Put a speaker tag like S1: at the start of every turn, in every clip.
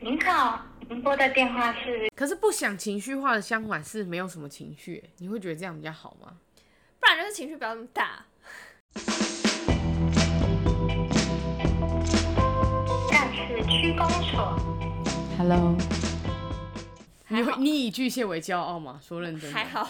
S1: 您好，您拨的电话是
S2: 可是不想情绪化的相反是没有什么情绪，你会觉得这样比较好吗？
S3: 不然就是情绪不要那么大。
S1: 下次区公所。
S2: Hello，你
S3: 还
S2: 会
S3: 好
S2: 你以巨蟹为骄傲吗？说认真的，
S3: 还，好，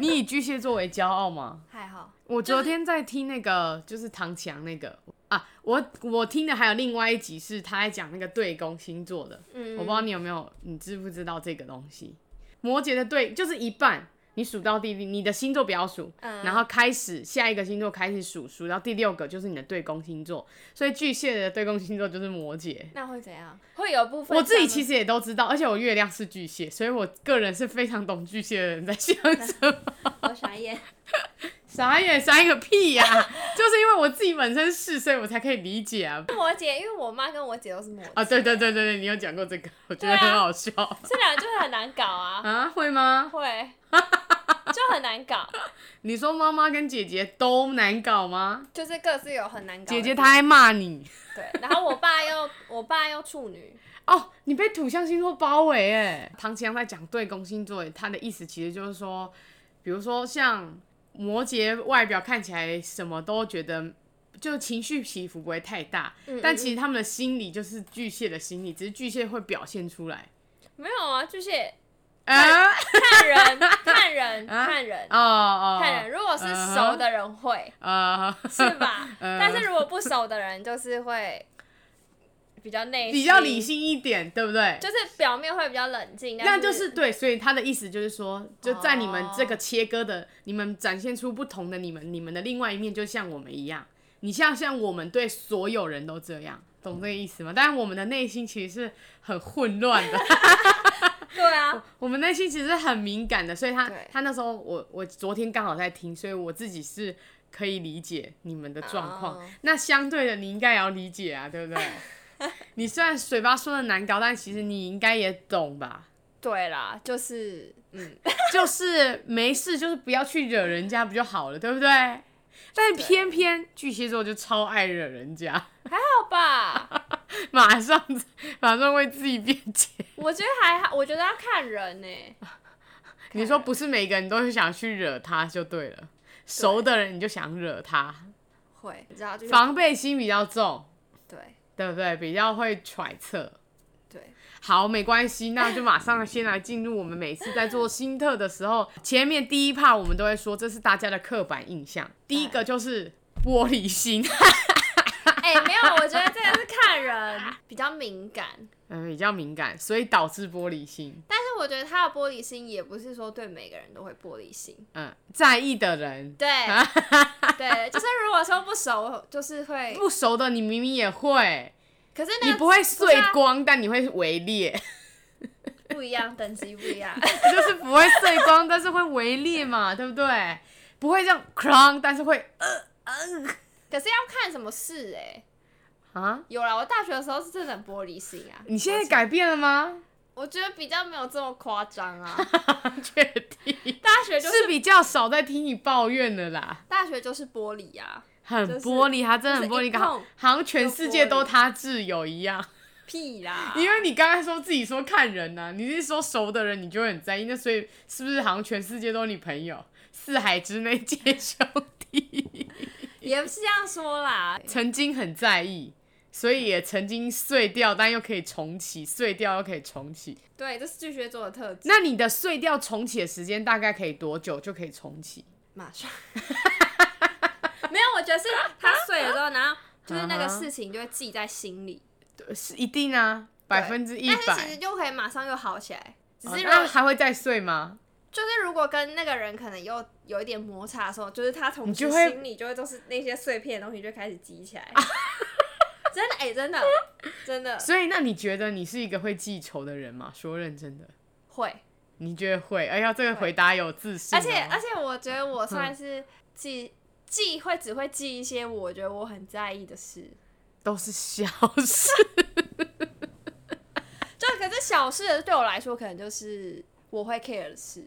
S2: 你以巨蟹座为骄傲吗？
S3: 还好，
S2: 我昨天在听那个就是唐强那个啊，我我听的还有另外一集是他在讲那个对宫星座的，
S3: 嗯，
S2: 我不知道你有没有，你知不知道这个东西？摩羯的对就是一半，你数到第你的星座不要数，
S3: 嗯
S2: 然后开始下一个星座开始数，数到第六个就是你的对宫星座，所以巨蟹的对宫星座就是摩羯。
S3: 那会怎样？会有部分
S2: 我自己
S3: 像
S2: 其实也都知道，而且我月亮是巨蟹，所以我个人是非常懂巨蟹的人在想什么。
S3: 我傻眼，
S2: 傻眼，傻眼个屁呀、就是因为我自己本身是，所以我才可以理解啊。
S3: 摩羯，因为 我妈跟我姐都是摩羯
S2: 啊，对对，对对对，你有讲过这个，我觉得
S3: 对啊
S2: 很好笑
S3: 这两个就很难搞 啊，
S2: 啊，会吗？
S3: 会就很难搞，
S2: 你说妈妈跟姐姐都难搞吗？
S3: 就是各自有很难搞的
S2: 姐姐
S3: 地
S2: 她还骂你
S3: 对，然后我爸又我爸又处女，
S2: 哦，你被土象星座包围哎。唐奇阳在讲对宫星座，他的意思其实就是说，比如说像摩羯外表看起来什么都觉得。就情绪起伏不会太大，
S3: 嗯
S2: 但其实他们的心理就是巨蟹的心理，只是巨蟹会表现出来。
S3: 没有啊，就是
S2: 啊
S3: 看人看人
S2: 啊
S3: 看人
S2: 哦哦，
S3: 看人，如果是熟的人会
S2: 啊，
S3: 是吧？
S2: 嗯
S3: 但是如果不熟的人，就是会比较内
S2: 比较理，性一点，对不对？
S3: 就是表面会比较冷静，
S2: 那就
S3: 但
S2: 是
S3: 是
S2: 对，所以他的意思就是说，就在你们
S3: 哦
S2: 这个切割的，你们展现出不同的你们，你们的另外一面，就像我们一样，你像像我们对所有人都这样，懂这个意思吗？但我们的内心其实是很混乱的，
S3: 对啊，
S2: 我们内心其实是很敏感的，所以他
S3: 对
S2: 他那时候我我昨天刚好在听，所以我自己是可以理解你们的状况。
S3: 哦
S2: 那相对的，你应该也要理解啊，对不对？你虽然嘴巴说的难搞，但其实你应该也懂吧？
S3: 对啦，就是嗯，
S2: 就是没事，就是不要去惹人家不就好了，对不对？但偏偏巨蟹座就超爱惹人家，
S3: 好吧，
S2: 马上马上为自己辩解。
S3: 我觉得还好，我觉得要看人欸呢、
S2: 你说不是每个人都想去惹他就对了，熟的人你就想惹他，
S3: 会，你知道就是
S2: 防备心比较重，
S3: 对
S2: 对不对？比较会揣测。
S3: 对，
S2: 好，没关系，那就马上先来进入我们每次在做新特的时候，前面第一趴我们都会说这是大家的刻板印象，第一个就是玻璃心，
S3: 哎、没有，我觉得这个是看人 比较敏感，
S2: 嗯，比较敏感，所以导致玻璃心，
S3: 但是我觉得他的玻璃心也不是说对每个人都会玻璃心，
S2: 嗯，在意的人。
S3: 对对，就是如果说不熟，就是会，
S2: 不熟的你明明也会，
S3: 可是那
S2: 你
S3: 个
S2: 不会
S3: 是
S2: 碎
S3: 啊
S2: 光，但你会围裂，
S3: 不一样，等级不一样，
S2: 就是不会碎光，但是会围裂嘛，对不对？不会这样 c 但是会
S3: 可是要看什么事哎、
S2: 啊。
S3: 有啦，我大学的时候是真的很玻璃心啊，
S2: 你现在改变了 吗？
S3: 我觉得比较没有这么夸张 啊，
S2: 确 定
S3: 大学就是
S2: 比较少在听你抱怨的啦。
S3: 大学就是玻璃啊，
S2: 很
S3: 就是
S2: 玻璃，他真的很
S3: 就
S2: 玻
S3: 是
S2: 璃
S3: 一
S2: 感，好
S3: 碰
S2: 好像全世界
S3: 就玻璃
S2: 都他挚友一样。
S3: 屁啦，
S2: 因为你刚刚说自己说看人呐、你是说熟的人你就会很在意，那所以是不是好像全世界都是你朋友？四海之内皆兄弟，
S3: 也不是这样说啦，
S2: 曾经很在意，所以也曾经碎掉，但又可以重启，碎掉又可以重启。
S3: 对，这是巨蟹座的特质，
S2: 那你的碎掉重启的时间大概可以多久就可以重启？
S3: 马上， 没有，我觉得是他睡了之后，然后就是那个事情就会记在心里，
S2: 对是一定啊，
S3: 对
S2: 百分之一
S3: 但是其实
S2: 百。
S3: 就可以马上又好起来，只
S2: 哦
S3: 是如果、
S2: 那还会再碎吗？
S3: 就是如果跟那个人可能又有一点摩擦的时候，就是他同
S2: 你就
S3: 时
S2: 会
S3: 心里就会都是那些碎片的东西就开始积 起来，真的哎、真的真的
S2: 所以，那你觉得你是一个会记仇的人吗？说认真的，
S3: 会，
S2: 你觉得会？哎呀，这个回答有自信、啊
S3: 而且而
S2: 且，
S3: 且我觉得我
S2: 嗯
S3: 算是记、记会只会记一些我觉得我很在意的事。
S2: 都是小事。
S3: 就可是小事对我来说，可能就是我会 care 的事。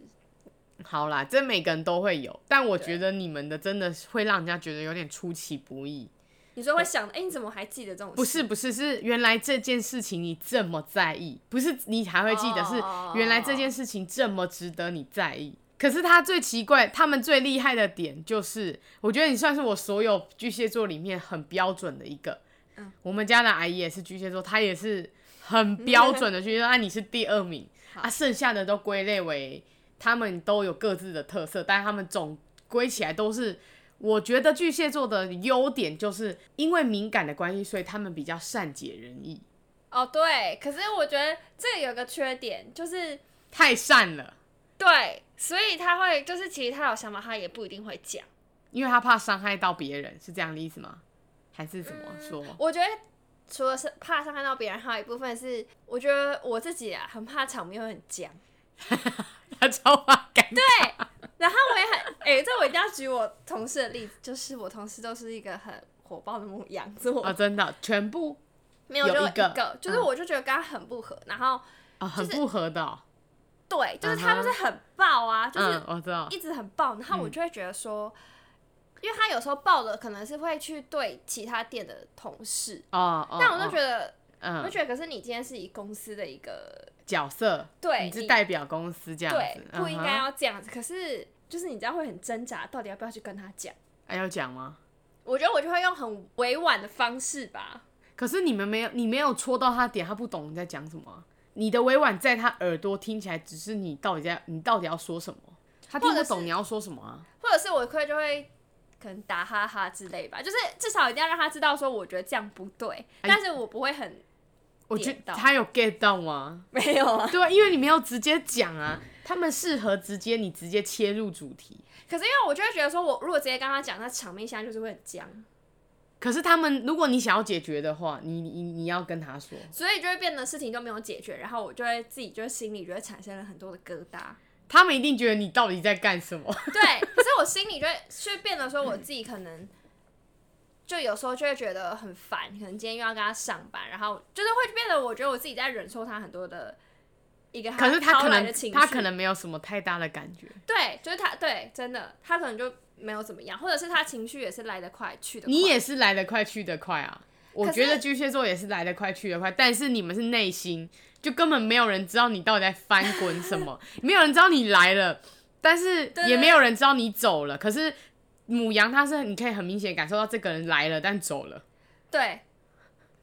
S2: 好啦，这每个人都会有，但我觉得你们的真的会让人家觉得有点出其不意。
S3: 你说会想，哎、你怎么还记得这种事？
S2: 嗯不是不是，是原来这件事情你这么在意，不是你还会记得，是原来这件事情这么值得你在意。可是他最奇怪，他们最厉害的点就是，我觉得你算是我所有巨蟹座里面很标准的一个。
S3: 嗯
S2: 我们家的阿姨也是巨蟹座，她也是很标准的巨蟹座，啊，你是第二名，啊，剩下的都归类为他们都有各自的特色，但他们总归起来都是我觉得巨蟹座的优点就是因为敏感的关系，所以他们比较善解人意，
S3: 哦，对，可是我觉得这有个缺点，就是
S2: 太善了，
S3: 对，所以他会就是其实他有想法，他也不一定会讲。
S2: 因为他怕伤害到别人，是这样的意思吗？还是怎么 说？
S3: 我觉得除了是怕伤害到别人，还有一部分是我觉得我自己啊很怕场面会很僵。
S2: 他超怕尴尬，
S3: 然后我也很哎、这我一定要举我同事的例子，就是我同事都是一个很火爆的母羊座，
S2: 啊，真的，全部
S3: 没有
S2: 有
S3: 就
S2: 一个
S3: 就是
S2: 嗯
S3: 我就觉得跟他很不合，然后
S2: 啊，很
S3: 就是
S2: 不合的哦、
S3: 对，就是
S2: 啊
S3: 他
S2: 哈
S3: 就是很爆啊，就是
S2: 嗯，我知道，
S3: 一直很
S2: 嗯
S3: 爆，然后我就会觉得说，因为他有时候爆的可能是会去对其他店的同事，
S2: 哦，
S3: 但我就
S2: 就
S3: 觉得，我就
S2: 嗯，
S3: 觉得，可是你今天是以公司的一个
S2: 角色，
S3: 对
S2: 你是
S3: 你
S2: 代表公司这样
S3: 对
S2: 子，，
S3: 不应
S2: 嗯哼
S3: 该要这样子，可是就是你这样会很挣扎，到底要不要去跟他讲？
S2: 还哎要讲吗？
S3: 我觉得我就会用很委婉的方式吧，
S2: 可是你们没有，你没有戳到他的点，他不懂你在讲什么啊、你的委婉在他耳朵听起来，只是你到底在，你到底要说什么？他听
S3: 或
S2: 不
S3: 者是
S2: 懂你要说什么啊？
S3: 或者是我会就会。可能打哈哈之类吧，就是至少一定要让他知道说，我觉得这样不对，
S2: 哎
S3: 但是我不 会很
S2: 我觉
S3: 点到
S2: 他有 get 到吗？
S3: 没有啊。
S2: 对啊，因为你没有直接讲啊，他们适合直接你直接切入主题。
S3: 可是因为我就会觉得说，我如果直接跟他讲，那场面现在就是会很僵，
S2: 可是他们，如果你想要解决的话，你你你要跟他说，
S3: 所以就会变得事情都没有解决，然后我就会自己就心里就会产生了很多的疙 瘩。
S2: 他们一定觉得你到底在干什么。
S3: 对，可是我心里就会就变得说我自己可能就有时候就会觉得很烦，可能今天又要跟他上班，然后就是会变得我觉得我自己在忍受他很多的一个
S2: 可是他可
S3: 来的
S2: 能
S3: 情绪，啊
S2: 他可能没有什么太大的感觉，
S3: 对，就是他对真的他可能就没有怎么样，或者是他情绪也是来得快去的，
S2: 你也是来得快去得快啊。我
S3: 可是
S2: 觉得巨蟹座也是来得快去得快，但是你们是内心，就根本没有人知道你到底在翻滚什 么，没有人知道你来了，但是
S3: 对
S2: 也没有人知道你走了。可是母羊它是你可以很明显感受到这个人来了但走了，
S3: 对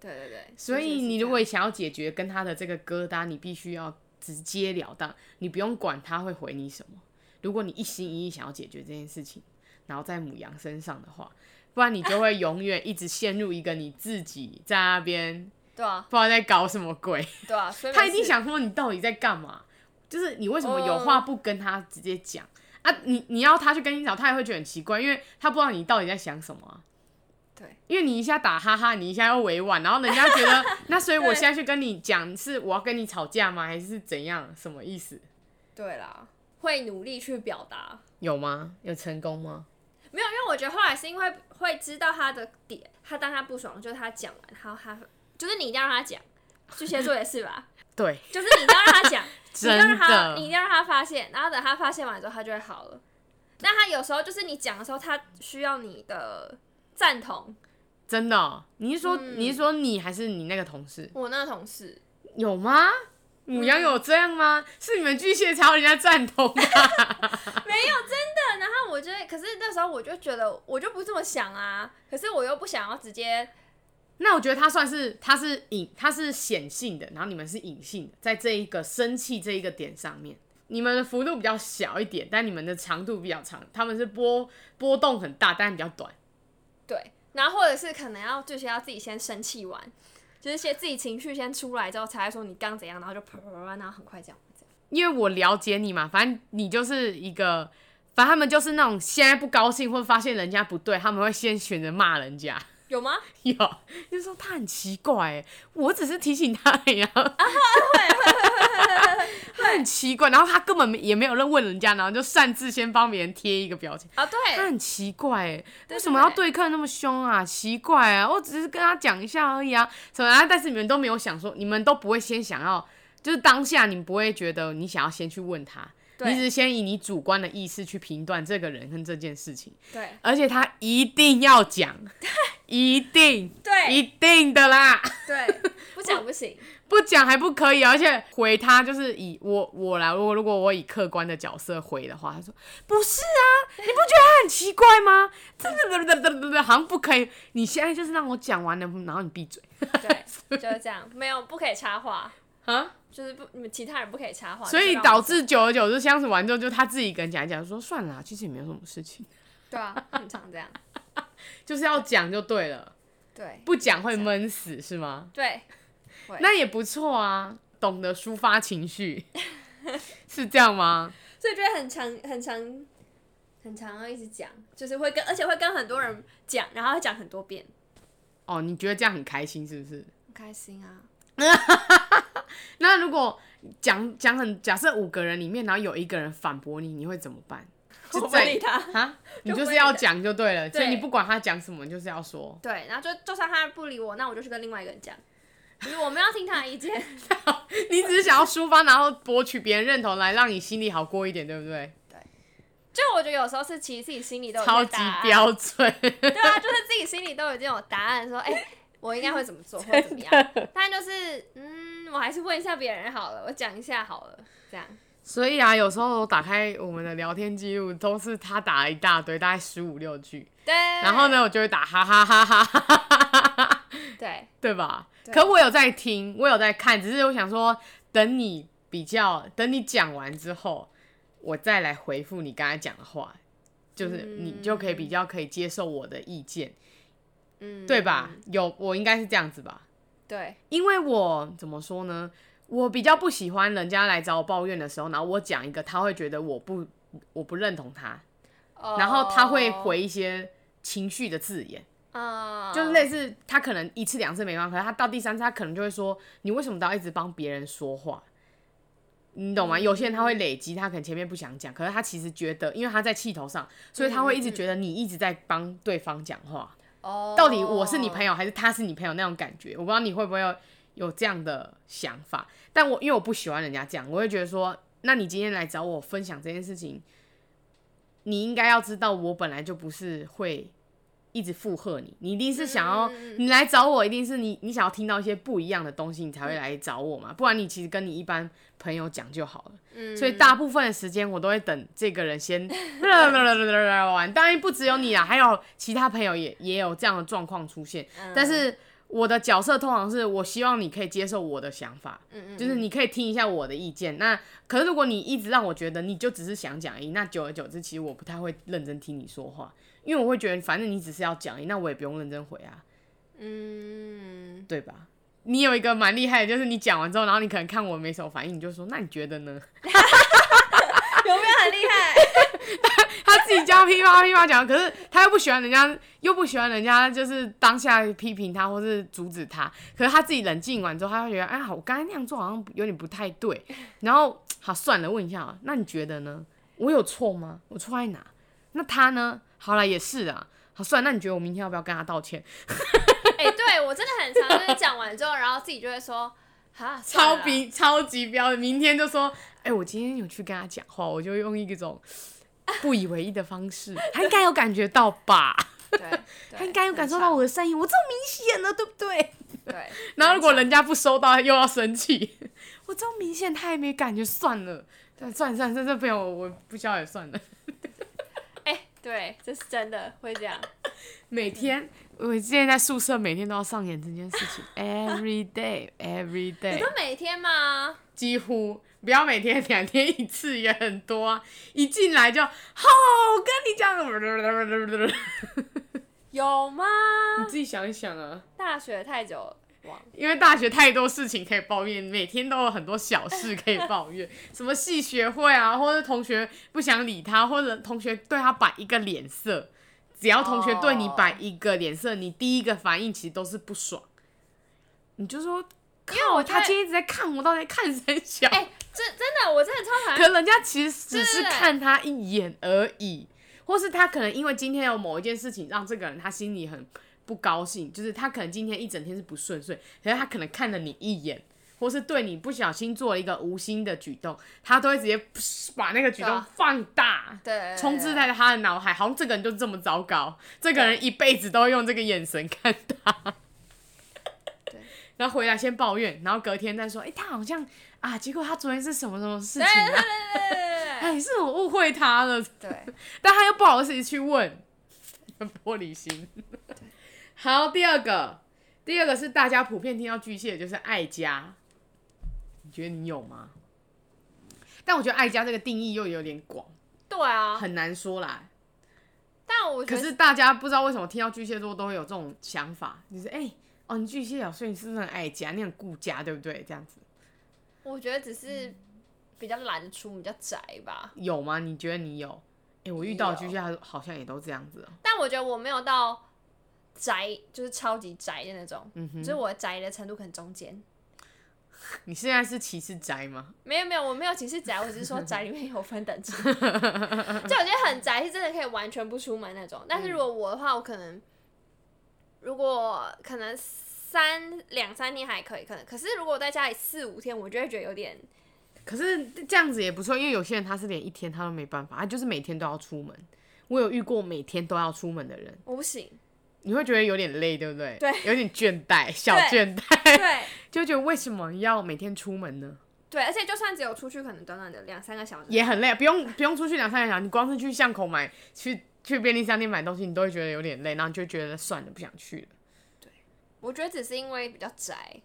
S3: 对对对，
S2: 所以
S3: 是是
S2: 你
S3: 这
S2: 如
S3: 样
S2: 果想要解决跟他的这个疙瘩，你必须要直截了当，你不用管他会回你什么。如果你一心一意想要解决这件事情，然后在母羊身上的话，不然你就会永远一直陷入一个你自己在那边
S3: 对啊
S2: 不知道在搞什么鬼。
S3: 对啊，所以
S2: 他一
S3: 每
S2: 定
S3: 次
S2: 想说你到底在干嘛，就是你为什么有话
S3: 哦
S2: 不跟他直接讲、啊？你你要他去跟你讲，他也会觉得很奇怪，因为他不知道你到底在想什么啊、
S3: 对
S2: 因为你一下打哈哈，你一下又委婉，然后人家觉 得，那所以我
S3: 对
S2: 现在去跟你讲，是我要跟你吵架吗？还是怎样？什么意思？
S3: 对啦，会努力去表达。
S2: 有吗？有成功吗？
S3: 没有，因为我觉得后来是因为会知道他的点，他当他不爽，就是他讲完，然后他就是你一定要让他讲，巨蟹座也是吧，
S2: 对，
S3: 就是你一定要让他讲，你一定要让
S2: 真
S3: 他，
S2: 的
S3: 你一定要让他发现，然后等他发现完之后，他就会好了。那他有时候就是你讲的时候，他需要你的赞同。
S2: 真的哦、你是说、
S3: 嗯
S2: 你是说你还是你那个同事
S3: 我那个同事，
S2: 有吗？母羊有这样吗？是你们巨蟹才有人家赞同吧？
S3: 但然后我就会，可是那时候我就觉得，我就不这么想啊，可是我又不想要直接
S2: 那我觉得他算是他是隐他是显性的，然后你们是隐性的，在这一个生气这一个点上面，你们的幅度比较小一点，但你们的长度比较长，他们是波波动很大，但比较短。
S3: 对，然后或者是可能要就是要自己先生气完，就是先自己情绪先出来之后，才会说你刚怎样，然后就啪啪啪，然后很快讲完这样。
S2: 因为我了解你嘛，反正你就是一个，反正他们就是那种现在不高兴或发现人家不对，他们会先选择骂人家。
S3: 有吗？
S2: 有， 就说他很奇怪欸，我只是提醒他而已啊。 他很奇怪，然后他根本没也没有人问人家，然后就擅自先帮别人贴一个标签。
S3: 啊，对，
S2: 他很奇怪欸，
S3: 对
S2: 为什么要
S3: 对
S2: 对客人那么凶啊？奇怪啊，我只是跟他讲一下而已啊，什么啊？但是你们都没有想说，你们都不会先想要，就是当下你们不会觉得你想要先去问他，
S3: 对
S2: 你只是先以你主观的意识去评断这个人跟这件事情，
S3: 对
S2: 而且他一定要 讲，一定，一
S3: 对
S2: 定的啦，
S3: 对，不讲不行。
S2: 不讲还不可以哦，而且回他就是以我我来，如果如果我以客观的角色回的话，他说不是啊，你不觉得他很奇怪吗？这这这这这好像不可以，你现在就是让我讲完了，然后你闭嘴
S3: 对，就是这样，没有不可以插话，
S2: 啊。
S3: 就是不你们其他人不可以插话，
S2: 所
S3: 就
S2: 以
S3: 让我
S2: 导致久而久之相处完之后，就他自己跟讲一讲，说算了啊，其实也没有什么事情，
S3: 对啊，很常这样，
S2: 就是要讲就对了，
S3: 对
S2: 不讲会闷死是吗？
S3: 对
S2: 那也不错啊，懂得抒发情绪，是这样吗？
S3: 所以就会很常很常很常要一直讲，就是会跟而且会跟很多人讲，然后会讲很多遍，
S2: 哦，你觉得这样很开心是不是？
S3: 很开心啊，
S2: 那如果讲讲很假设五个人里面，然后有一个人反驳你，你会怎么 办？
S3: 我不
S2: 在
S3: 理他
S2: 啊，你
S3: 就
S2: 就是
S3: 不
S2: 要
S3: 理
S2: 讲就对了，所以
S3: 对。
S2: 你不管他讲什么，你就是要说
S3: 对，然后就就算他不理我，那我就去跟另外一个人讲，就是我们要听他的意见，
S2: 你只是想要抒发，然后博取别人认同，来让你心里好过一点，对不对？
S3: 就我觉得有时候是其实自己心里都有一
S2: 超
S3: 个
S2: 级
S3: 答案
S2: 标准，
S3: 对啊，就是自己心里都已经有答案，说哎、我应该会怎么做，或怎么样。但就是，嗯，我还是问一下别人好了，我讲一下好了，这样。
S2: 所以啊，有时候我打开我们的聊天记录，都是他打了一大堆，大概十五六句，
S3: 对。
S2: 然后？呢，我就会打哈哈哈哈哈哈哈哈。
S3: 对
S2: 对吧？
S3: 对
S2: 可我有在听，我有在看，只是我想说，等你比较，等你讲完之后，我再来回复你刚才讲的话，就是
S3: 嗯
S2: 你就可以比较可以接受我的意见，
S3: 嗯，
S2: 对吧？？有，我应该是这样子吧？
S3: 对
S2: 因为我怎么说呢？我比较不喜欢人家来找我抱怨的时候，然后我讲一个，他会觉得我不我不认同他，
S3: 哦
S2: 然后他会，回一些情绪的字眼。
S3: 啊，
S2: 就是类似他可能一次两次没办法，可是他到第三次他可能就会说，你为什么都要一直帮别人说话？你懂吗？有些人他会累积，他可能前面不想讲，可是他其实觉得，因为他在气头上，所以他会一直觉得你一直在帮对方讲话。
S3: 哦，
S2: 到底我是你朋
S3: 友，
S2: 友还是他是你朋友那种感觉？我不知道你会不会有有这样的想法，但我因为我不喜欢人家这样，我会觉得说，那你今天来找我分享这件事情，你应该要知道，我本来就不是会一直附和你，你一定是想要，
S3: 嗯嗯
S2: 你来找我，一定是你你想要听到一些不一样的东西，你才会来找我嘛，不然你其实跟你一般朋友讲就好了。
S3: 嗯
S2: 所以大部分的时间我都会等这个人先 完。当然不只有你啦，啊还有其他朋友也也有这样的状况出
S3: 哦
S2: 现。
S3: 嗯
S2: 但是我的角色通常是我希望你可以接受我的想法，
S3: 嗯嗯
S2: 就是你可以听一下我的意见。那可是如果你一直让我觉得你就只是想讲而已，那久而久之，其实我不太会认真听你说话，因为我会觉得反正你只是要讲而已，那我也不用认真回啊。
S3: 嗯，
S2: 对吧？你有一个蛮厉害的，就是你讲完之后，然后你可能看我没什么反应，你就说那你觉得呢？
S3: 有没有很厉害？
S2: 他自己家噼啪噼啪讲，可是他又不喜欢人家，又不喜欢人家就是当下批评他或是阻止他，可是他自己冷静完之后，他会觉得哎，好，我刚才那样做好像有点不太对，然后好算了，问一下啊，那你觉得呢？我有错吗？我错在哪？那他呢？好了，也是啊。好，算了，那你觉得我明天要不要跟他道歉？
S3: 哎，对我真的很常就是讲完之后，然后自己就会说，哈，算
S2: 超
S3: 了啦
S2: 级超级标准，明天就说，哎、我今天有去跟他讲话，我就用一种不以为意的方式，他应该有感觉到吧？
S3: 对， 对
S2: 他应该有感受到，我的善意，我这么明显了，对不对？
S3: 很常对，
S2: 然后如果
S3: 很常
S2: 人家不收到，又要生气， 我这么明显，他也没感觉，算了，对，算了算了，这这朋友我不交也算了。
S3: 哎，对，这是真的会这样。
S2: 每天 我之前在宿舍，每天都要上演这件事情 ，every day every
S3: 你
S2: day
S3: 都。每天吗？
S2: 几乎不要每天两天一次也很多啊，一进来就好，我跟你讲，
S3: 有吗？
S2: 你自己想一想啊，
S3: 大学太久了，忘了。
S2: 因为大学太多事情可以抱怨，每天都有很多小事可以抱 怨，什么系学会啊，或者同学不想理他，或者同学对他摆一个脸色，只要同学对你摆一个脸色，你第一个反应其实都是不爽，你就说，因
S3: 为我觉得
S2: 他今天一直在看我，到底在看谁小？
S3: 哎、这真的，我真的超讨厌。
S2: 可人家其实只是
S3: 对
S2: 看他一眼而已，或是他可能因为今天有某一件事情让这个人他心里很不高兴，就是他可能今天一整天是不顺遂，可是他可能看了你一眼，或是对你不小心做了一个无心的举动，他都会直接噗把那个举
S3: 对
S2: 动
S3: 啊
S2: 放大，
S3: 对，
S2: 充斥在他的脑海，好像这个人就这么糟糕，这个人一辈子都用这个眼神看他。
S3: 对，
S2: 然后回来先抱怨，然后隔天再说，哎、他好像啊，结果他昨天是什么什么事
S3: 对
S2: 情
S3: 对对
S2: 啊？
S3: 对
S2: 哎，是我误会他了，
S3: 对对对，
S2: 但他又不好意思去问，很玻璃心。好，第二个，第二个是大家普遍听到巨蟹就是爱家，你觉得你有吗？但我觉得爱家这个定义又有点广，
S3: 对啊！
S2: 很难说啦。
S3: 但我觉
S2: 可
S3: 得
S2: 是大家不知道为什么听到巨蟹座都会有这种想法，就是哎、哦，你巨蟹啊，所以你是不是很爱家，你很顾家，对不对？这样子
S3: 我觉得只是比较懒得出门，比较宅吧。
S2: 有吗？你觉得你有？哎、我遇到的
S3: 有
S2: 巨蟹他好像也都这样子哦、
S3: 但我觉得我没有到宅，就是超级宅的那种，
S2: 嗯
S3: 就是我宅的程度可能中间。
S2: 你现在是歧视宅吗？
S3: 没有没有，我没有歧视宅，我只是说宅里面有分等级。 就我觉得很宅是真的可以完全不出门那种，但是如果我的话，我可能如果可能三两三天还可以，可能可是如果我在家里四五天，我就会觉得有点
S2: 可是这样子也不错，因为有些人他是连一天他都没办法，他就是每天都要出门。我有遇过每天都要出门的人，
S3: 我 不行。
S2: 你会觉得有点累，对不对？
S3: 对，
S2: 有点倦怠，小
S3: 对
S2: 倦怠，
S3: 对
S2: 就会觉得为什么要每天出门呢？
S3: 对，而且就算只有出去，可能短短的两三个小时，
S2: 也很累，不用不用出去两三个小时，你光是去巷口买去去便利商店买东西，你都会觉得有点累，然后你就觉得算了，不想去了。
S3: 我觉得只是因为比较宅，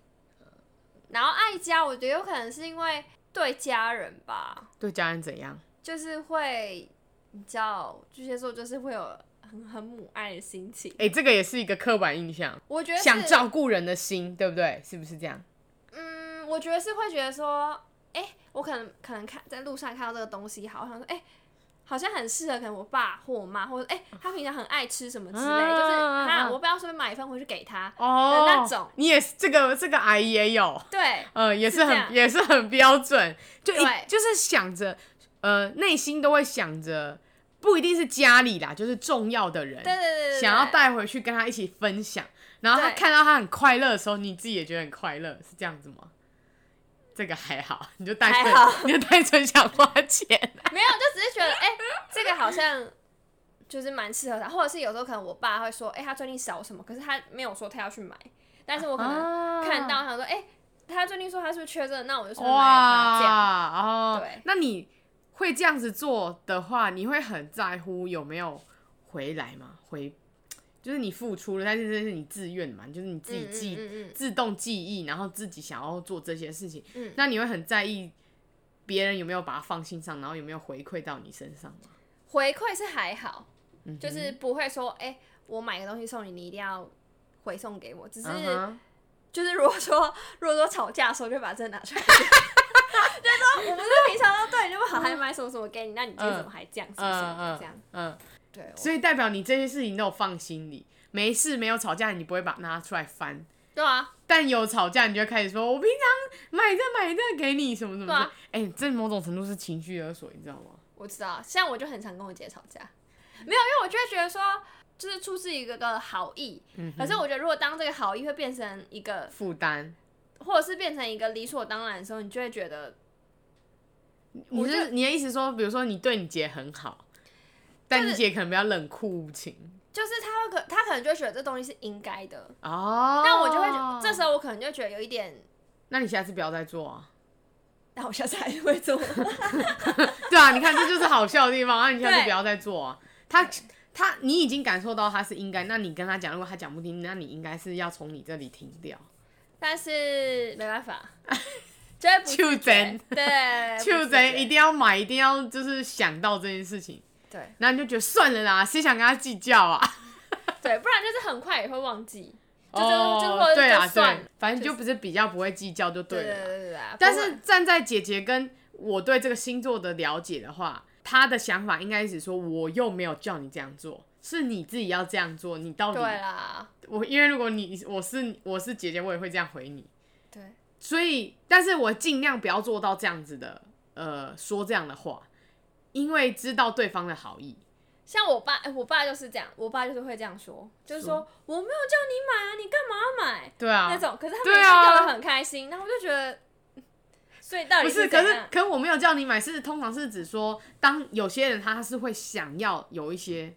S3: 然后爱家，我觉得有可能是因为对家人吧，
S2: 对家人怎样？
S3: 就是会，你知道巨蟹座就是会有很很母爱的心情，
S2: 哎、这个也是一个刻板印象，
S3: 嗯我觉得是
S2: 想照顾人的心，对不对？是不是这样？
S3: 嗯，我觉得是会觉得说，哎、我可能可能看在路上看到这个东西，好，我想说，哎、好像很适合可能我爸或我妈，或者哎、他平常很爱吃什么之类，就是
S2: 啊啊
S3: 他，
S2: 啊
S3: 我不要说买一份回去给他，
S2: 哦，
S3: 那种
S2: 你也是这个这个阿姨也有，
S3: 对
S2: 呃，也
S3: 是
S2: 是
S3: 这
S2: 很
S3: 样
S2: 也是很标 准，就一
S3: 对
S2: 就是想着，呃，内心都会想着，不一定是家里啦，就是重要的人，
S3: 对对对对，
S2: 想要
S3: 对
S2: 带回去跟他一起分享，然后他
S3: 对
S2: 看到他很快乐的时候，你自己也觉得很快乐，是这样子吗？这个还好，你就单
S3: 还好
S2: 纯， 你就单纯想花钱。
S3: 没有，就只是觉得，哎、这个好像就是蛮适合他，或者是有时候可能我爸会说，哎、他最近少什么，可是他没有说他要去买，但是我可
S2: 啊
S3: 能看到他说，哎、他最近说他是不是缺这个，那我就顺便买给他这样。
S2: 哇哦
S3: 对，
S2: 那你会这样子做的话，你会很在乎有没有回来吗？回就是你付出了，但是这是你自愿嘛，就是你自己
S3: 嗯嗯
S2: 记、
S3: 嗯嗯
S2: 自动记忆，然后自己想要做这些事情，
S3: 嗯
S2: 那你会很在意别人有没有把它放心上，然后有没有回馈到你身上吗？
S3: 回馈是还好，就是不会说，哎、我买个东西送你，你一定要回送给我，只是、
S2: 嗯哼
S3: 就是如果说如果说吵架的时候，就把这个拿出来讲。就是说，我们是平常都对你那么好，还买什么什么给你，那你今天怎么还这样？什么什么的这样？
S2: 嗯，
S3: 对，我
S2: 所以代表你这些事情都有放心里，没事没有吵架，你不会把拿出来翻。
S3: 对啊，
S2: 但有吵架，你就会开始说，我平常买这买这给你什么什么
S3: 对啊
S2: 的。哎、这某种程度是情绪勒索，你知道吗？
S3: 我知道，像我就很常跟我姐吵架，没有，因为我就会觉得说，就是出自一个个好意，可是我觉得如果当这个好意会变成一个，
S2: 负担，
S3: 或者是变成一个理所当然的时候，你就会觉得，
S2: 你
S3: 我觉
S2: 是你的意思说，比如说你对你姐很好，但你姐可能比较冷酷无情
S3: 就是他会可他可能就会觉得这东西是应该的，
S2: 哦。
S3: 但我就会觉，这时候我可能就觉得有一点，
S2: 那你下次不要再做啊。
S3: 那我下次还是会做，
S2: 对啊，你看这就是好笑的地方，那你下次
S3: 对
S2: 不要再做啊。他他，你已经感受到他是应该，那你跟他讲，如果他讲不听，那你应该是要从你这里停掉。
S3: 但是没办法，就会不自
S2: 就真
S3: 觉对，哎不
S2: 就
S3: 自
S2: 贼
S3: 觉
S2: 一定要买，一定要就是想到这件事情，
S3: 对
S2: 然后你就觉得算了啦，谁想跟他计较啊？
S3: 对，不然就是很快也会忘记， 就就
S2: 哦，
S3: 就或者
S2: 对
S3: 就
S2: 啊，
S3: 算
S2: 对
S3: 了，
S2: 反正
S3: 就
S2: 就不是比较不会计较就对
S3: 对
S2: 了啦。
S3: 对对对啊，
S2: 但
S3: 不会
S2: 是站在姐姐跟我对这个星座的了解的话，她的想法应该是说，我又没有叫你这样做，是你自己要这样做，你到底
S3: 对啊啦，
S2: 我因为如果你我是我是姐姐，我也会这样回你，
S3: 对，
S2: 所以但是我尽量不要做到这样子的，呃，说这样的话，因为知道对方的好意。
S3: 像我爸，哎我爸就是这样，我爸就是会这样说，就是说我没有叫你买啊，你干嘛要买、
S2: 对啊，
S3: 那种。可是他每
S2: 对
S3: 次
S2: 啊
S3: 叫我很开心，然后我就觉得所以到底
S2: 不是，
S3: 是
S2: 可
S3: 怎
S2: 是
S3: 样？
S2: 可是我没有叫你买，是通常是指说，当有些人他是会想要有一些，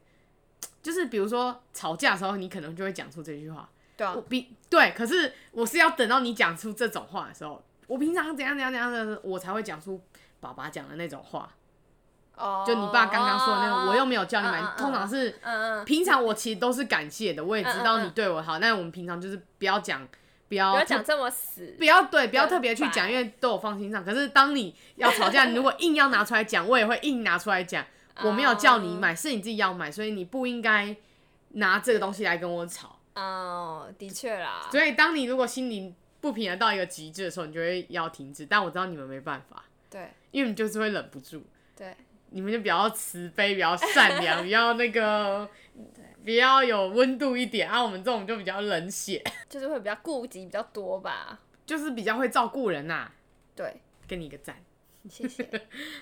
S2: 就是比如说吵架的时候，你可能就会讲出这句话。
S3: 对啊
S2: 我，比对，可是我是要等到你讲出这种话的时候，我平常怎样怎样怎样的，我才会讲出爸爸讲的那种话，
S3: 哦，
S2: 就你爸刚刚说的那种，我又没有叫你买，
S3: 嗯嗯嗯
S2: 通常是。
S3: 嗯嗯，
S2: 平常我其实都是感谢的，我也知道你对我好，但我们平常就是不要讲，不要
S3: 嗯不要
S2: 特
S3: 讲这么死
S2: 不。要对，不要
S3: 对
S2: 特别去讲，
S3: 白
S2: 因为都有放心上。可是当你要吵架，你如果硬要拿出来讲，我也会硬拿出来讲。我没有叫你买，是你自己要买，所以你不应该拿这个东西来跟我吵。
S3: 哦，的确啦，
S2: 所以当你如果心里不平衡到一个极致的时候，你就会要停止。但我知道你们没办法，
S3: 对
S2: 因为你就是会忍不住，
S3: 对，
S2: 你们就比较慈悲，比较善良，比较那个，比较有温度一点啊。我们这种就比较冷血，
S3: 就是会比较顾及比较多吧。
S2: 就是比较会照顾人呐、
S3: 对，
S2: 给你一个赞。
S3: 谢谢。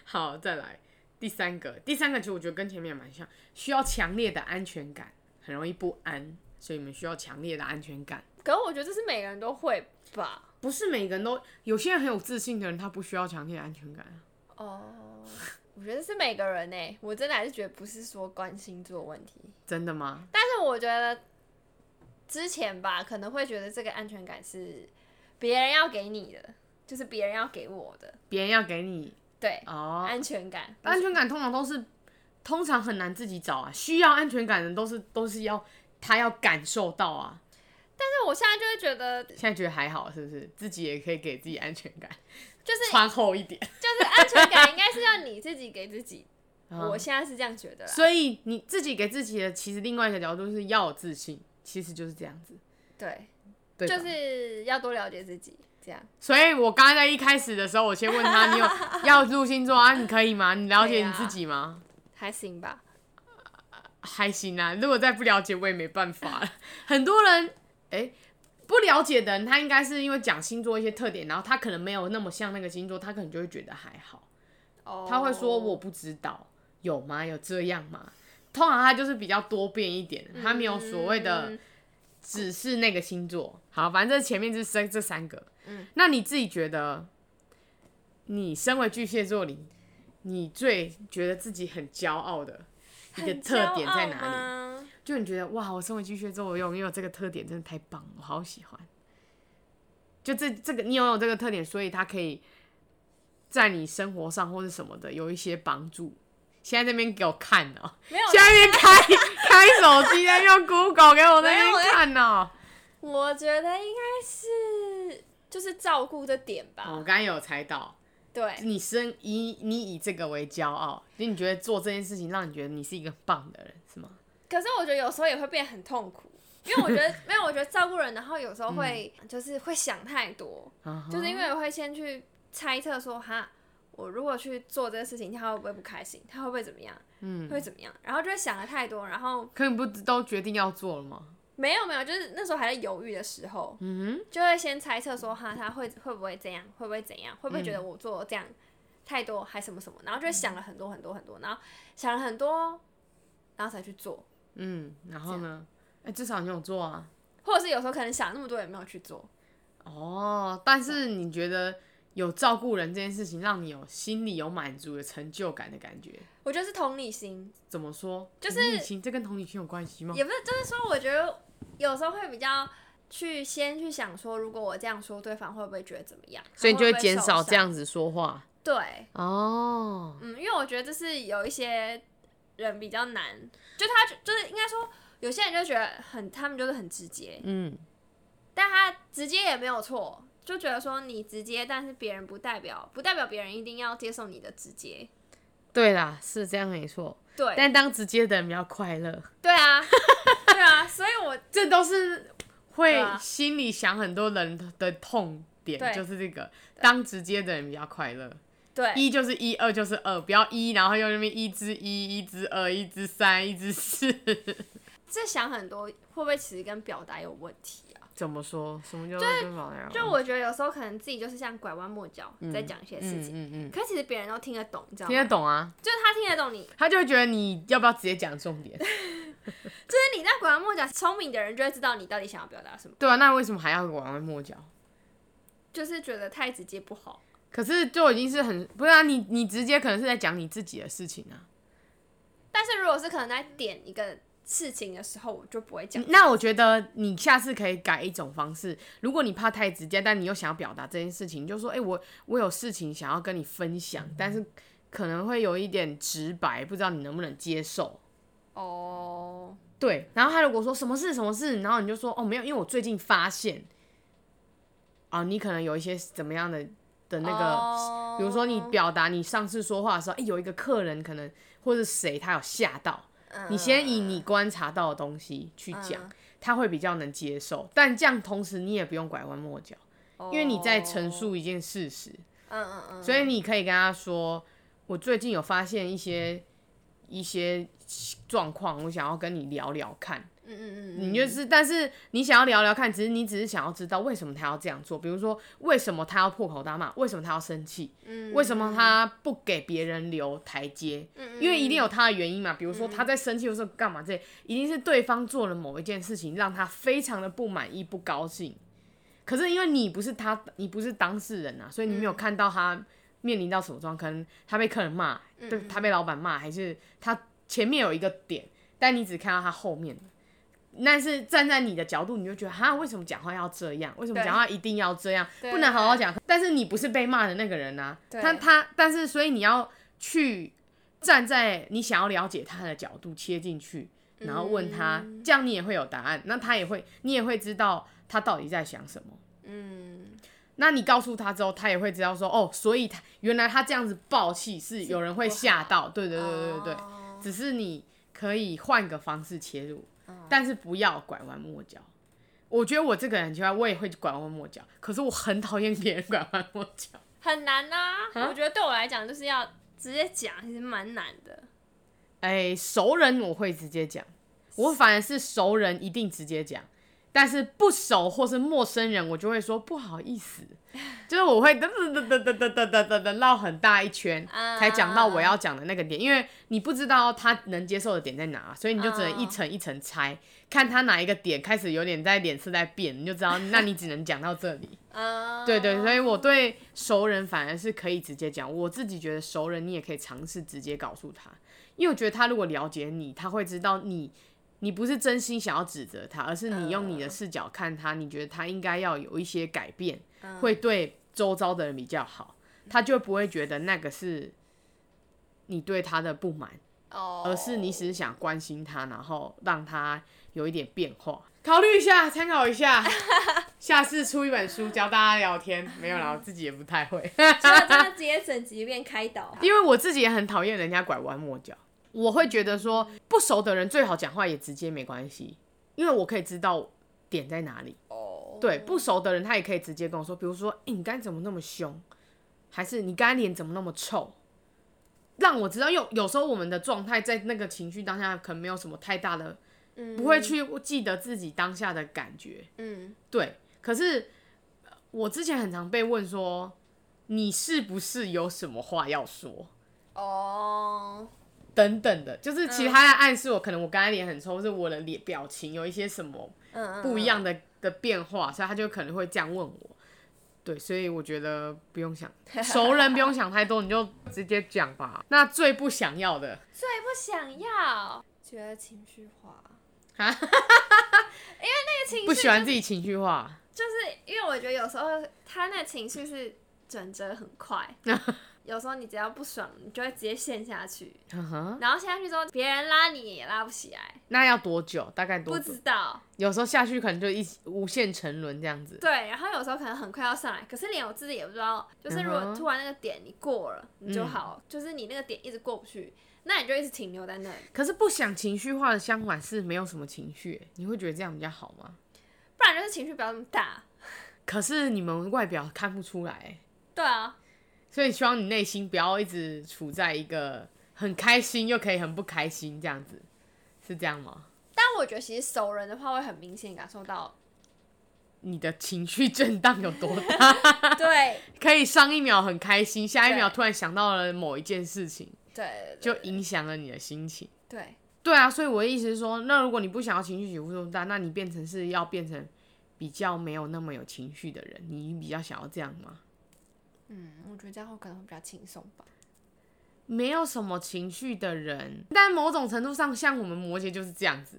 S2: 好，再来第三个，第三个其实我觉得跟前面也蛮像，需要强烈的安全感，很容易不安，所以你们需要强烈的安全感。
S3: 可是我觉得这是每个人都会吧。
S2: 不是每个人都，有些人很有自信的人，他不需要强烈的安全感啊。
S3: 哦，我觉得是每个人呢、我真的还是觉得不是说关星座问题，
S2: 真的吗？
S3: 但是我觉得之前吧，可能会觉得这个安全感是别人要给你的，就是别人要给我的，
S2: 别人要给你
S3: 对，
S2: 哦，
S3: 安全感，
S2: 安全感通常都是，通常很难自己找啊。需要安全感的人都是都是要他要感受到啊。
S3: 但是我现在就会觉得，
S2: 现在觉得还好，是不是？自己也可以给自己安全感，
S3: 就是
S2: 穿厚一点。
S3: 就是安全感应该是要你自己给自 己，我现在是这样觉得啦。
S2: 所以你自己给自己的，其实另外一个角度是要有自信，其实就是这样子，
S3: 对，
S2: 对吧，
S3: 就是要多了解自己，这样
S2: 所以我刚才在一开始的时候，我先问他，你 有要入星座啊？你可以吗？你了解你自己吗？
S3: 还行吧。
S2: 还行啊，如果再不了解，我也没办法 了。很多人，哎、不了解的人，他应该是因为讲星座一些特点，然后他可能没有那么像那个星座，他可能就会觉得还好。
S3: 哦
S2: 他会说我不知道，有吗？有这样吗？通常他就是比较多变一点，他没有所谓的
S3: 嗯
S2: 只是那个星座。好，反正这前面就是这这三个。嗯，那你自己觉得，你身为巨蟹座里，你最觉得自己很骄傲的一个特点在
S3: 哦很骄傲
S2: 哪里？
S3: 吗
S2: 就你觉得哇，我身为巨蟹座，我拥有这个特点真的太棒了，我好喜欢。就这这个你拥有这个特点，所以它可以在你生活上或是什么的有一些帮助。现在这边给我看哦、
S3: 没有，
S2: 现在这边开开手机，在 用 Google 给我在那
S3: 没有我
S2: 边
S3: 在
S2: 看 哦、
S3: 我觉得应该是就是照顾这点吧。
S2: 哦我刚刚有猜到，
S3: 对，
S2: 你生以你以这个为骄傲，就你觉得做这件事情让你觉得你是一个很棒的人，是吗？
S3: 可是我觉得有时候也会变很痛苦， 因为我觉得没有，我觉得照顾人，然后有时候会、
S2: 嗯
S3: 就是会想太多，
S2: 啊哈
S3: 就是因为我会先去猜测说哈。我如果去做这个事情，他会不会不开心？他会不会怎么样？
S2: 嗯
S3: 会怎么样？然后就会想的太多，然后
S2: 可你不都决定要做了吗？
S3: 没有没有，就是那时候还在犹豫的时候，
S2: 嗯哼。
S3: 就会先猜测说哈，他会会不会这样，会不会怎样，会不会觉得我做这样、太多，还什么什么，然后就会想了很多很多很多，然后想了很多，然后才去做，
S2: 嗯，然后呢？哎、至少你有做啊。
S3: 或者是有时候可能想那么多也没有去做，
S2: 哦，但是你觉得有照顾人这件事情，让你有心里有满足、有成就感的感觉？
S3: 我觉得是同理心，
S2: 怎么说？
S3: 就是
S2: 同理心，这跟同理心有关系吗？
S3: 也不是就是说，我觉得有时候会比较去先去想说，如果我这样说，对方会不会觉得怎么样，
S2: 所以你就
S3: 会
S2: 会
S3: 不会
S2: 减
S3: 受
S2: 少这
S3: 伤
S2: 样子说话。
S3: 对，
S2: 哦，
S3: 嗯，因为我觉得这是有一些人比较难，就他就就是应该说，有些人就觉得很，他们就是很直接，
S2: 嗯，
S3: 但他直接也没有错，就觉得说你直接，但是别人不代表不代表别人一定要接受你的直接，
S2: 对啦，是这样没错。
S3: 对
S2: 但当直接的人比较快乐，
S3: 对啊， 对啊，所以我
S2: 这都是会
S3: 对啊
S2: 心里想很多人的痛点，
S3: 对
S2: 就是这个当直接的人比较快乐。
S3: 对
S2: 一就是一，二就是二，不要一，然后又那边一之一、一之二、一之三、一之四。
S3: 这想很多，会不会其实跟表达有问题啊？
S2: 怎么说？什么叫做跟老娘？
S3: 就我觉得有时候可能自己就是像拐弯抹角在讲一些事
S2: 嗯嗯
S3: 情，
S2: 嗯嗯，
S3: 可其实别人都听得懂，你知道吗？
S2: 听得，懂啊，
S3: 就是他听得懂你，
S2: 他就会觉得你要不要直接讲重点？
S3: 就是你在拐弯抹角，聪明的人就会知道你到底想要表达什么。
S2: 对啊，那为什么还要拐弯抹角？
S3: 就是觉得太直接不好。
S2: 可是就已经是很不是啊，你你直接可能是在讲你自己的事情啊。
S3: 但是如果是可能在点一个事情的时候，我就不会讲。
S2: 那我觉得你下次可以改一种方式，如果你怕太直接，但你又想要表达这件事情，你就说：“哎、我我有事情想要跟你分享，但是可能会有一点直白，不知道你能不能接受。
S3: 哦，”
S2: 对，然后他如果说什么事什么事，然后你就说：“哦，没有，因为我最近发现，啊，你可能有一些怎么样的的那个
S3: 哦
S2: 比如说你表达你上次说话的时候，哎、有一个客人可能或者谁他有吓到，你先以你观察到的东西去讲，
S3: 嗯
S2: 他会比较能接受。但这样同时你也不用拐弯抹角，因为你在陈
S3: 哦
S2: 述一件事实，
S3: 嗯嗯嗯，
S2: 所以你可以跟他说，我最近有发现一些一些状况，我想要跟你聊聊看。
S3: 嗯嗯嗯，
S2: 你就是，但是你想要聊聊看，只是你只是想要知道为什么他要这样做，比如说为什么他要破口大骂，为什么他要生气，
S3: 嗯
S2: 为什么他不给别人留台阶，
S3: 嗯
S2: 因为一定有他的原因嘛，比如说他在生气的时候干嘛这，一定是对方做了某一件事情让他非常的不满意、不高兴。可是因为你不是他，你不是当事人啊，所以你没有看到他面临到什么状况，可能他被客人骂，
S3: 嗯
S2: 对，他被老板骂，还是他前面有一个点，但你只看到他后面的。但是站在你的角度，你就觉得哈，为什么讲话要这样？为什么
S3: 对
S2: 讲话一定要这样？
S3: 对
S2: 不能好好讲。但是你不是被骂的那个人啊，
S3: 对
S2: 他他，但是所以你要去站在你想要了解他的角度切进去，然后问他，这样你也会有答案，那他也会，你也会知道他到底在想什么。
S3: 嗯
S2: 那你告诉他之后，他也会知道说，哦，所以他原来他这样子暴气是有人会吓到，对对对对对对，只是你可以换个方式切入，但是不要拐弯抹角。我觉得我这个人很奇怪，我也会拐弯抹角，可是我很讨厌别人拐弯抹角。
S3: 很难呐、我觉得对我来讲就是要直接讲，其实蛮难的。
S2: 哎，熟人我会直接讲，我反而是熟人一定直接讲，但是不熟或是陌生人，我就会说不好意思，就是我会噔噔噔噔噔噔噔噔噔绕很大一圈，
S3: 啊
S2: 才讲到我要讲的那个点，因为你不知道他能接受的点在哪，所以你就只能一层一层拆，看他哪一个点开始有点在脸色在变，你就知道，那你只能讲到这里。
S3: 嗯，
S2: 对对，所以我对熟人反而是可以直接讲，我自己觉得熟人你也可以尝试直接告诉他，因为我觉得他如果了解你，他会知道你你不是真心想要指责他，而是你用你的视角看他，你觉得他应该要有一些改变，会对周遭的人比较好，他就不会觉得那个是你对他的不满，
S3: 哦，
S2: 而是你只是想关心他，然后让他有一点变化。考虑一下，参考一下， 下次出一本书教大家聊天。没有啦，我自己也不太会，
S3: 真的真的直接整集变开导。
S2: 因为我自己也很讨厌人家拐弯抹角。我会觉得说，不熟的人最好讲话也直接没关系，因为我可以知道点在哪里。
S3: 哦，
S2: 对，不熟的人他也可以直接跟我说，比如说，哎、你刚才怎么那么凶？还是你刚才脸怎么那么臭？让我知道，有有时候我们的状态在那个情绪当下，可能没有什么太大的，不会去记得自己当下的感觉。
S3: 嗯，
S2: 对，可是呃我之前很常被问说，你是不是有什么话要说？
S3: 哦，
S2: 等等的，就是其实他在暗示我，可能我刚才脸很臭，或者我的脸表情有一些什么
S3: 嗯，
S2: 不一样的的变化，所以他就可能会这样问我。对，所以我觉得不用 想，熟人不用想太多，你就直接讲吧。那最不想要的，
S3: 最不想要，觉得情绪化。因 为
S2: 啊
S3: 那个情绪
S2: 不喜欢自己情绪化，
S3: 就是因为我觉得有时候他那情绪是转折很 快，有时候你只要不爽，你就会直接陷下去，
S2: 呵呵
S3: 然后陷下去之后，别人拉你也拉不起来，
S2: 嗯那要多久？大概
S3: 不
S2: 多久
S3: 知？道
S2: 有时候下去可能就一无限沉沦这样子。
S3: 对，然后有时候可能很快要上来，可是连我自己也不知道，就是
S2: 嗯
S3: 如果
S2: 哼
S3: 突然那个点你过了，你就好，就是你那个点一直过不去，那你就一直停留在那里，
S2: 可是不想情绪化的相反是没有什么情绪，你会觉得这样比较好吗？
S3: 不然就是情绪不要那么大，
S2: 可是你们外表看不出来，
S3: 对啊，
S2: 所以希望你内心不要一直处在一个很开心又可以很不开心这样子，是这样吗？
S3: 但我觉得其实熟人的话会很明显感受到，
S2: 你的情绪震荡有多 大？
S3: 对
S2: 可以上一秒很开心，下一秒
S3: 对
S2: 突然想到了某一件事情，
S3: 对对
S2: 就影响了你的心情。
S3: 对，
S2: 对啊，所以我的意思是说，那如果你不想要情绪起伏这么大，那你变成是要变成比较没有那么有情绪的人，你比较想要这样吗？
S3: 嗯，我觉得这样会可能会比较轻松吧。
S2: 没有什么情绪的人，但某种程度上，像我们摩羯就是这样子。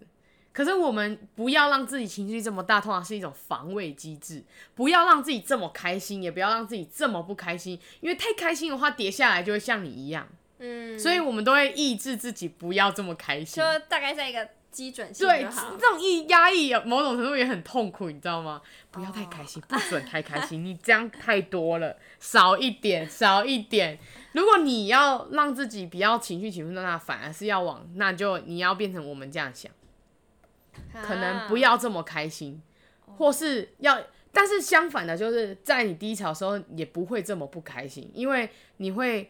S2: 可是我们不要让自己情绪这么大，通常是一种防卫机制。不要让自己这么开心，也不要让自己这么不开心，因为太开心的话，跌下来就会像你一样。
S3: 嗯，
S2: 所以我们都会抑制自己不要这么开心。
S3: 就大概在一个基准线
S2: 对，
S3: 就好
S2: 这。种抑压抑，某种程度也很痛苦，你知道吗？不要太开心，不准太开心，你这样太多了，少一点，少一点。如果你要让自己不要情绪起伏那么大，反而是要往，那就你要变成我们这样想，
S3: 啊
S2: 可能不要这么开心，或是要。但是相反的，就是在你低潮的时候也不会这么不开心，因为你会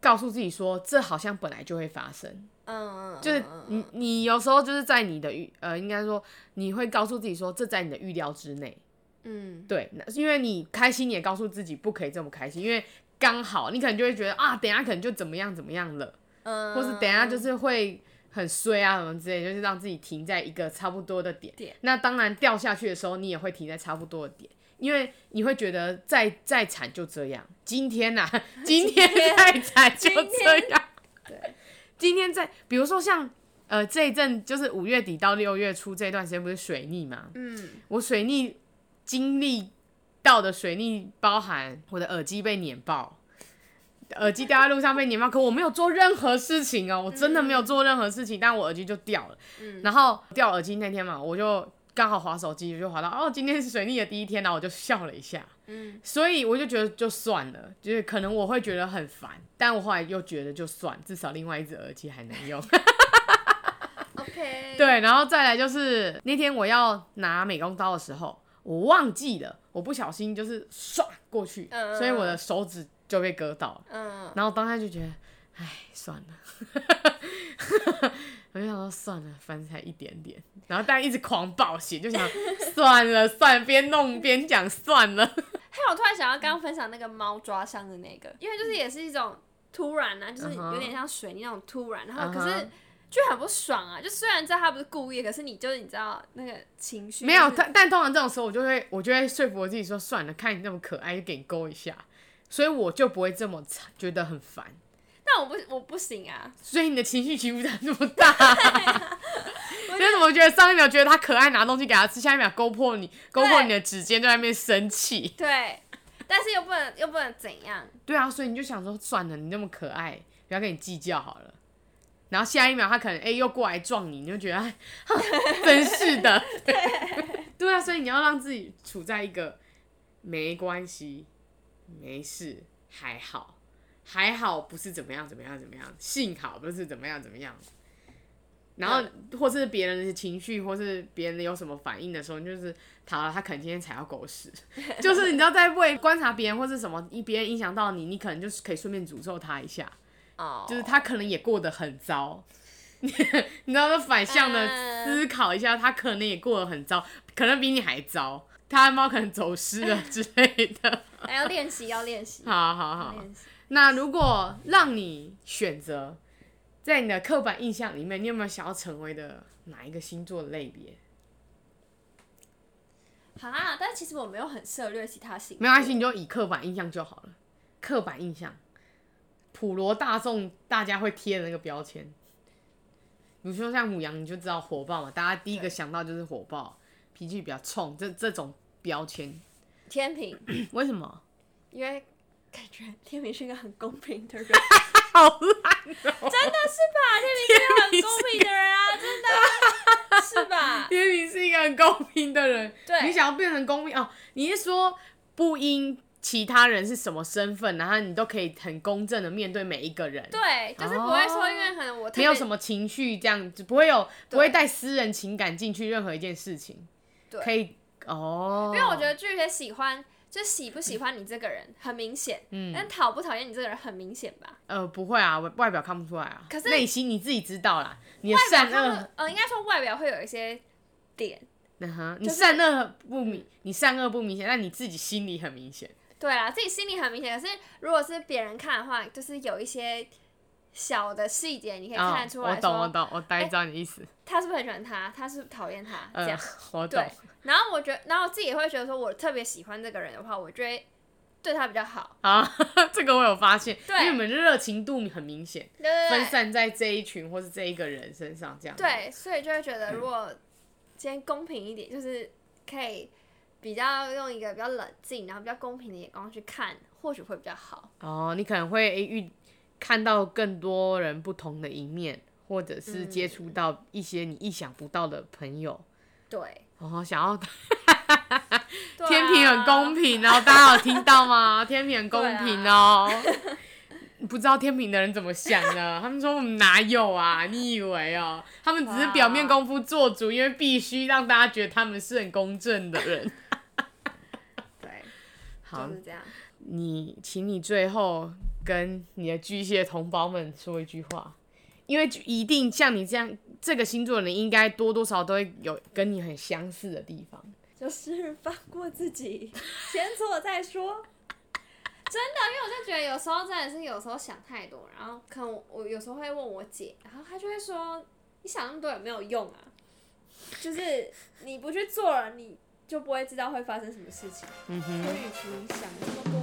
S2: 告诉自己说，这好像本来就会发生。
S3: 啊，嗯，嗯
S2: 就是
S3: 嗯
S2: 你，你有时候就是在你的预，呃，应该说你会告诉自己说，这在你的预料之内。
S3: 嗯，
S2: 对，那因为你开心，你也告诉自己不可以这么开心，因为刚好你可能就会觉得啊，等一下可能就怎么样怎么样了，
S3: 嗯，
S2: 或是等一下就是会很衰啊什么之类，就是让自己停在一个差不多的点。
S3: 点
S2: 那当然掉下去的时候，你也会停在差不多的点。因为你会觉得再再惨就这样，今天呐、今天
S3: 天
S2: 再惨就
S3: 今
S2: 这
S3: 天
S2: 样，
S3: 对，
S2: 今天在，比如说像呃这一阵，就是五月底到六月初这段时间，不是水逆嘛？
S3: 嗯，
S2: 我水逆经历到的水逆，包含我的耳机被碾爆，耳机掉在路上被碾爆，可我没有做任何事情哦，我真的没有做任何事情，但我耳机就掉了。
S3: 嗯
S2: 然后掉耳机那天嘛，我就刚好滑手机，我就滑到哦，今天是水逆的第一天，然后我就笑了一下。
S3: 嗯，
S2: 所以我就觉得就算了，就是可能我会觉得很烦，但我后来又觉得就算，至少另外一只耳机还能用。
S3: OK，，
S2: 对，然后再来就是那天我要拿美工刀的时候，我忘记了，我不小心就是唰过去，
S3: 嗯嗯
S2: 所以我的手指就被割到了。
S3: 嗯，
S2: 然后当下就觉得，唉，算了， 我就想说算了，反正才一点点。然后但一直狂暴血，就想算了算了，边弄边讲算了。
S3: 还有我突然想到刚刚分享那个猫抓伤的那个，因为就是也是一种突然啊，就是
S2: 嗯哼
S3: 有点像水泥那种突然，然后
S2: 嗯
S3: 可
S2: 哼
S3: 是。就很不爽啊！就虽然知道他不是故意的，可是你就是你知道那个情绪
S2: 没有，
S3: 就是
S2: 但但通常这种时候，我就会我就会说服我自己说，算了，看你那么可爱，就给你勾一下，所以我就不会这么惨觉得很烦。
S3: 但我不我不行啊！
S2: 所以你的情绪起伏才那么大，就是我觉得上一秒觉得他可爱，拿东西给他吃，下一秒勾破你，勾破你的指尖，就在那边生气。
S3: 对，但是又不能又不能怎样，
S2: 对啊，所以你就想说，算了，你那么可爱，不要跟你计较好了。然后下一秒他可能哎、又过来撞你，你就觉得哎，哼真是的。对对啊，所以你要让自己处在一个没关系、没事、还好、还好，不是怎么样怎么样怎么样，幸好不是怎么样怎么样。然后或是别人的情绪，或是别人有什么反应的时候，你就是好了，他可能今天踩到狗屎，就是你知道在为观察别人或是什么，别人影响到你，你可能就是可以顺便诅咒他一下。
S3: 哦，
S2: 就是他可能也过得很糟， 你知道，反向的
S3: 嗯
S2: 思考一下，他可能也过得很糟，可能比你还糟。他的猫可能走失了之类的。
S3: 还要练习，要练习，
S2: 好好
S3: 要
S2: 好，
S3: 练习。
S2: 那如果让你选择，在你的刻板印象里面，你有没有想要成为的哪一个星座类别？
S3: 好啦，但其实我没有很涉略其他星座，
S2: 没关系，你就以刻板印象就好了。刻板印象，普罗大众大家会贴的那个标签，比如说像母羊，你就知道火爆嘛，大家第一个想到就是火爆，脾气比较冲，这这种标签。
S3: 天平，
S2: 为什么？
S3: 因为感觉天平是一个很公平的人，
S2: 好烂哦、
S3: 真的是吧？天平是一个很公平的人啊，真的啊是吧？
S2: 因为你是一个很公平的人，
S3: 对
S2: 你想要变成公平哦，你是说不因其他人是什么身份，然后你都可以很公正的面对每一个人，
S3: 对，就是不会说，因为可能我特
S2: 哦没
S3: 别
S2: 有什么情绪，这样子不会有不会
S3: 对
S2: 带私人情感进去任何一件事情，
S3: 对
S2: 可以哦。
S3: 因为我觉得巨蟹喜欢，就喜不喜欢你这个人很明显，
S2: 嗯
S3: 但讨不讨厌你这个人很明显吧？
S2: 呃不会啊，外外表看不出来啊，
S3: 可是
S2: 内心你自己知道啦，你的
S3: 外
S2: 善
S3: 表上
S2: 恶
S3: 的，，呃，应该说外表会有一些点，
S2: 嗯哼，你
S3: 就是
S2: 善恶不明，你善恶不明显，但你自己心里很明显。
S3: 对啦，自己心里很明显。可是如果是别人看的话，就是有一些小的细节，你可以
S2: 哦
S3: 看得出
S2: 我
S3: 来
S2: 懂，我
S3: 说
S2: 懂，我大概知道你的意思。
S3: 他是不是很喜欢他，他是不是讨厌他这
S2: 嗯
S3: 样。，
S2: 我懂
S3: 对。，然后我觉得，然后我自己也会觉得说，我特别喜欢这个人的话，我就会对他比较好。
S2: 啊，这个我有发现，因
S3: 对
S2: 为你们的热情度很明显，
S3: 对对
S2: 分
S3: 对，
S2: 散在这一群或是这一个人身上，这样子，
S3: 对，所以就会觉得如果今天公平一点，就是可以比较用一个比较冷静，然后比较公平的眼光去看，或许会比较好。
S2: 哦，你可能会诶遇看到更多人不同的一面，或者是接
S3: 嗯
S2: 触到一些你意想不到的朋友。
S3: 对，
S2: 哦，想要
S3: 对啊
S2: 天平很公，平哦，大家有听到吗？天平很公
S3: 啊
S2: 平哦。不知道天平的人怎么想呢？他们说我们哪有啊？你以为哦？他们只是表面功夫做足，因为必须让大家觉得他们是很公正的人。
S3: 对，
S2: 好
S3: 就，是这样。
S2: 你，请你最后跟你的巨蟹同胞们说一句话，因为就一定像你这样这个星座的人，应该多多少少都会有跟你很相似的地方。
S3: 就是放过自己，先做再说。真的，因为我就觉得有时候真的是有时候想太多，然后可能我我有时候会问我姐，然后她就会说：“你想那么多有没有用啊？就是你不去做了，你就不会知道会发生什么事情。
S2: 嗯
S3: 所
S2: 哼，
S3: 以与其你想那么多，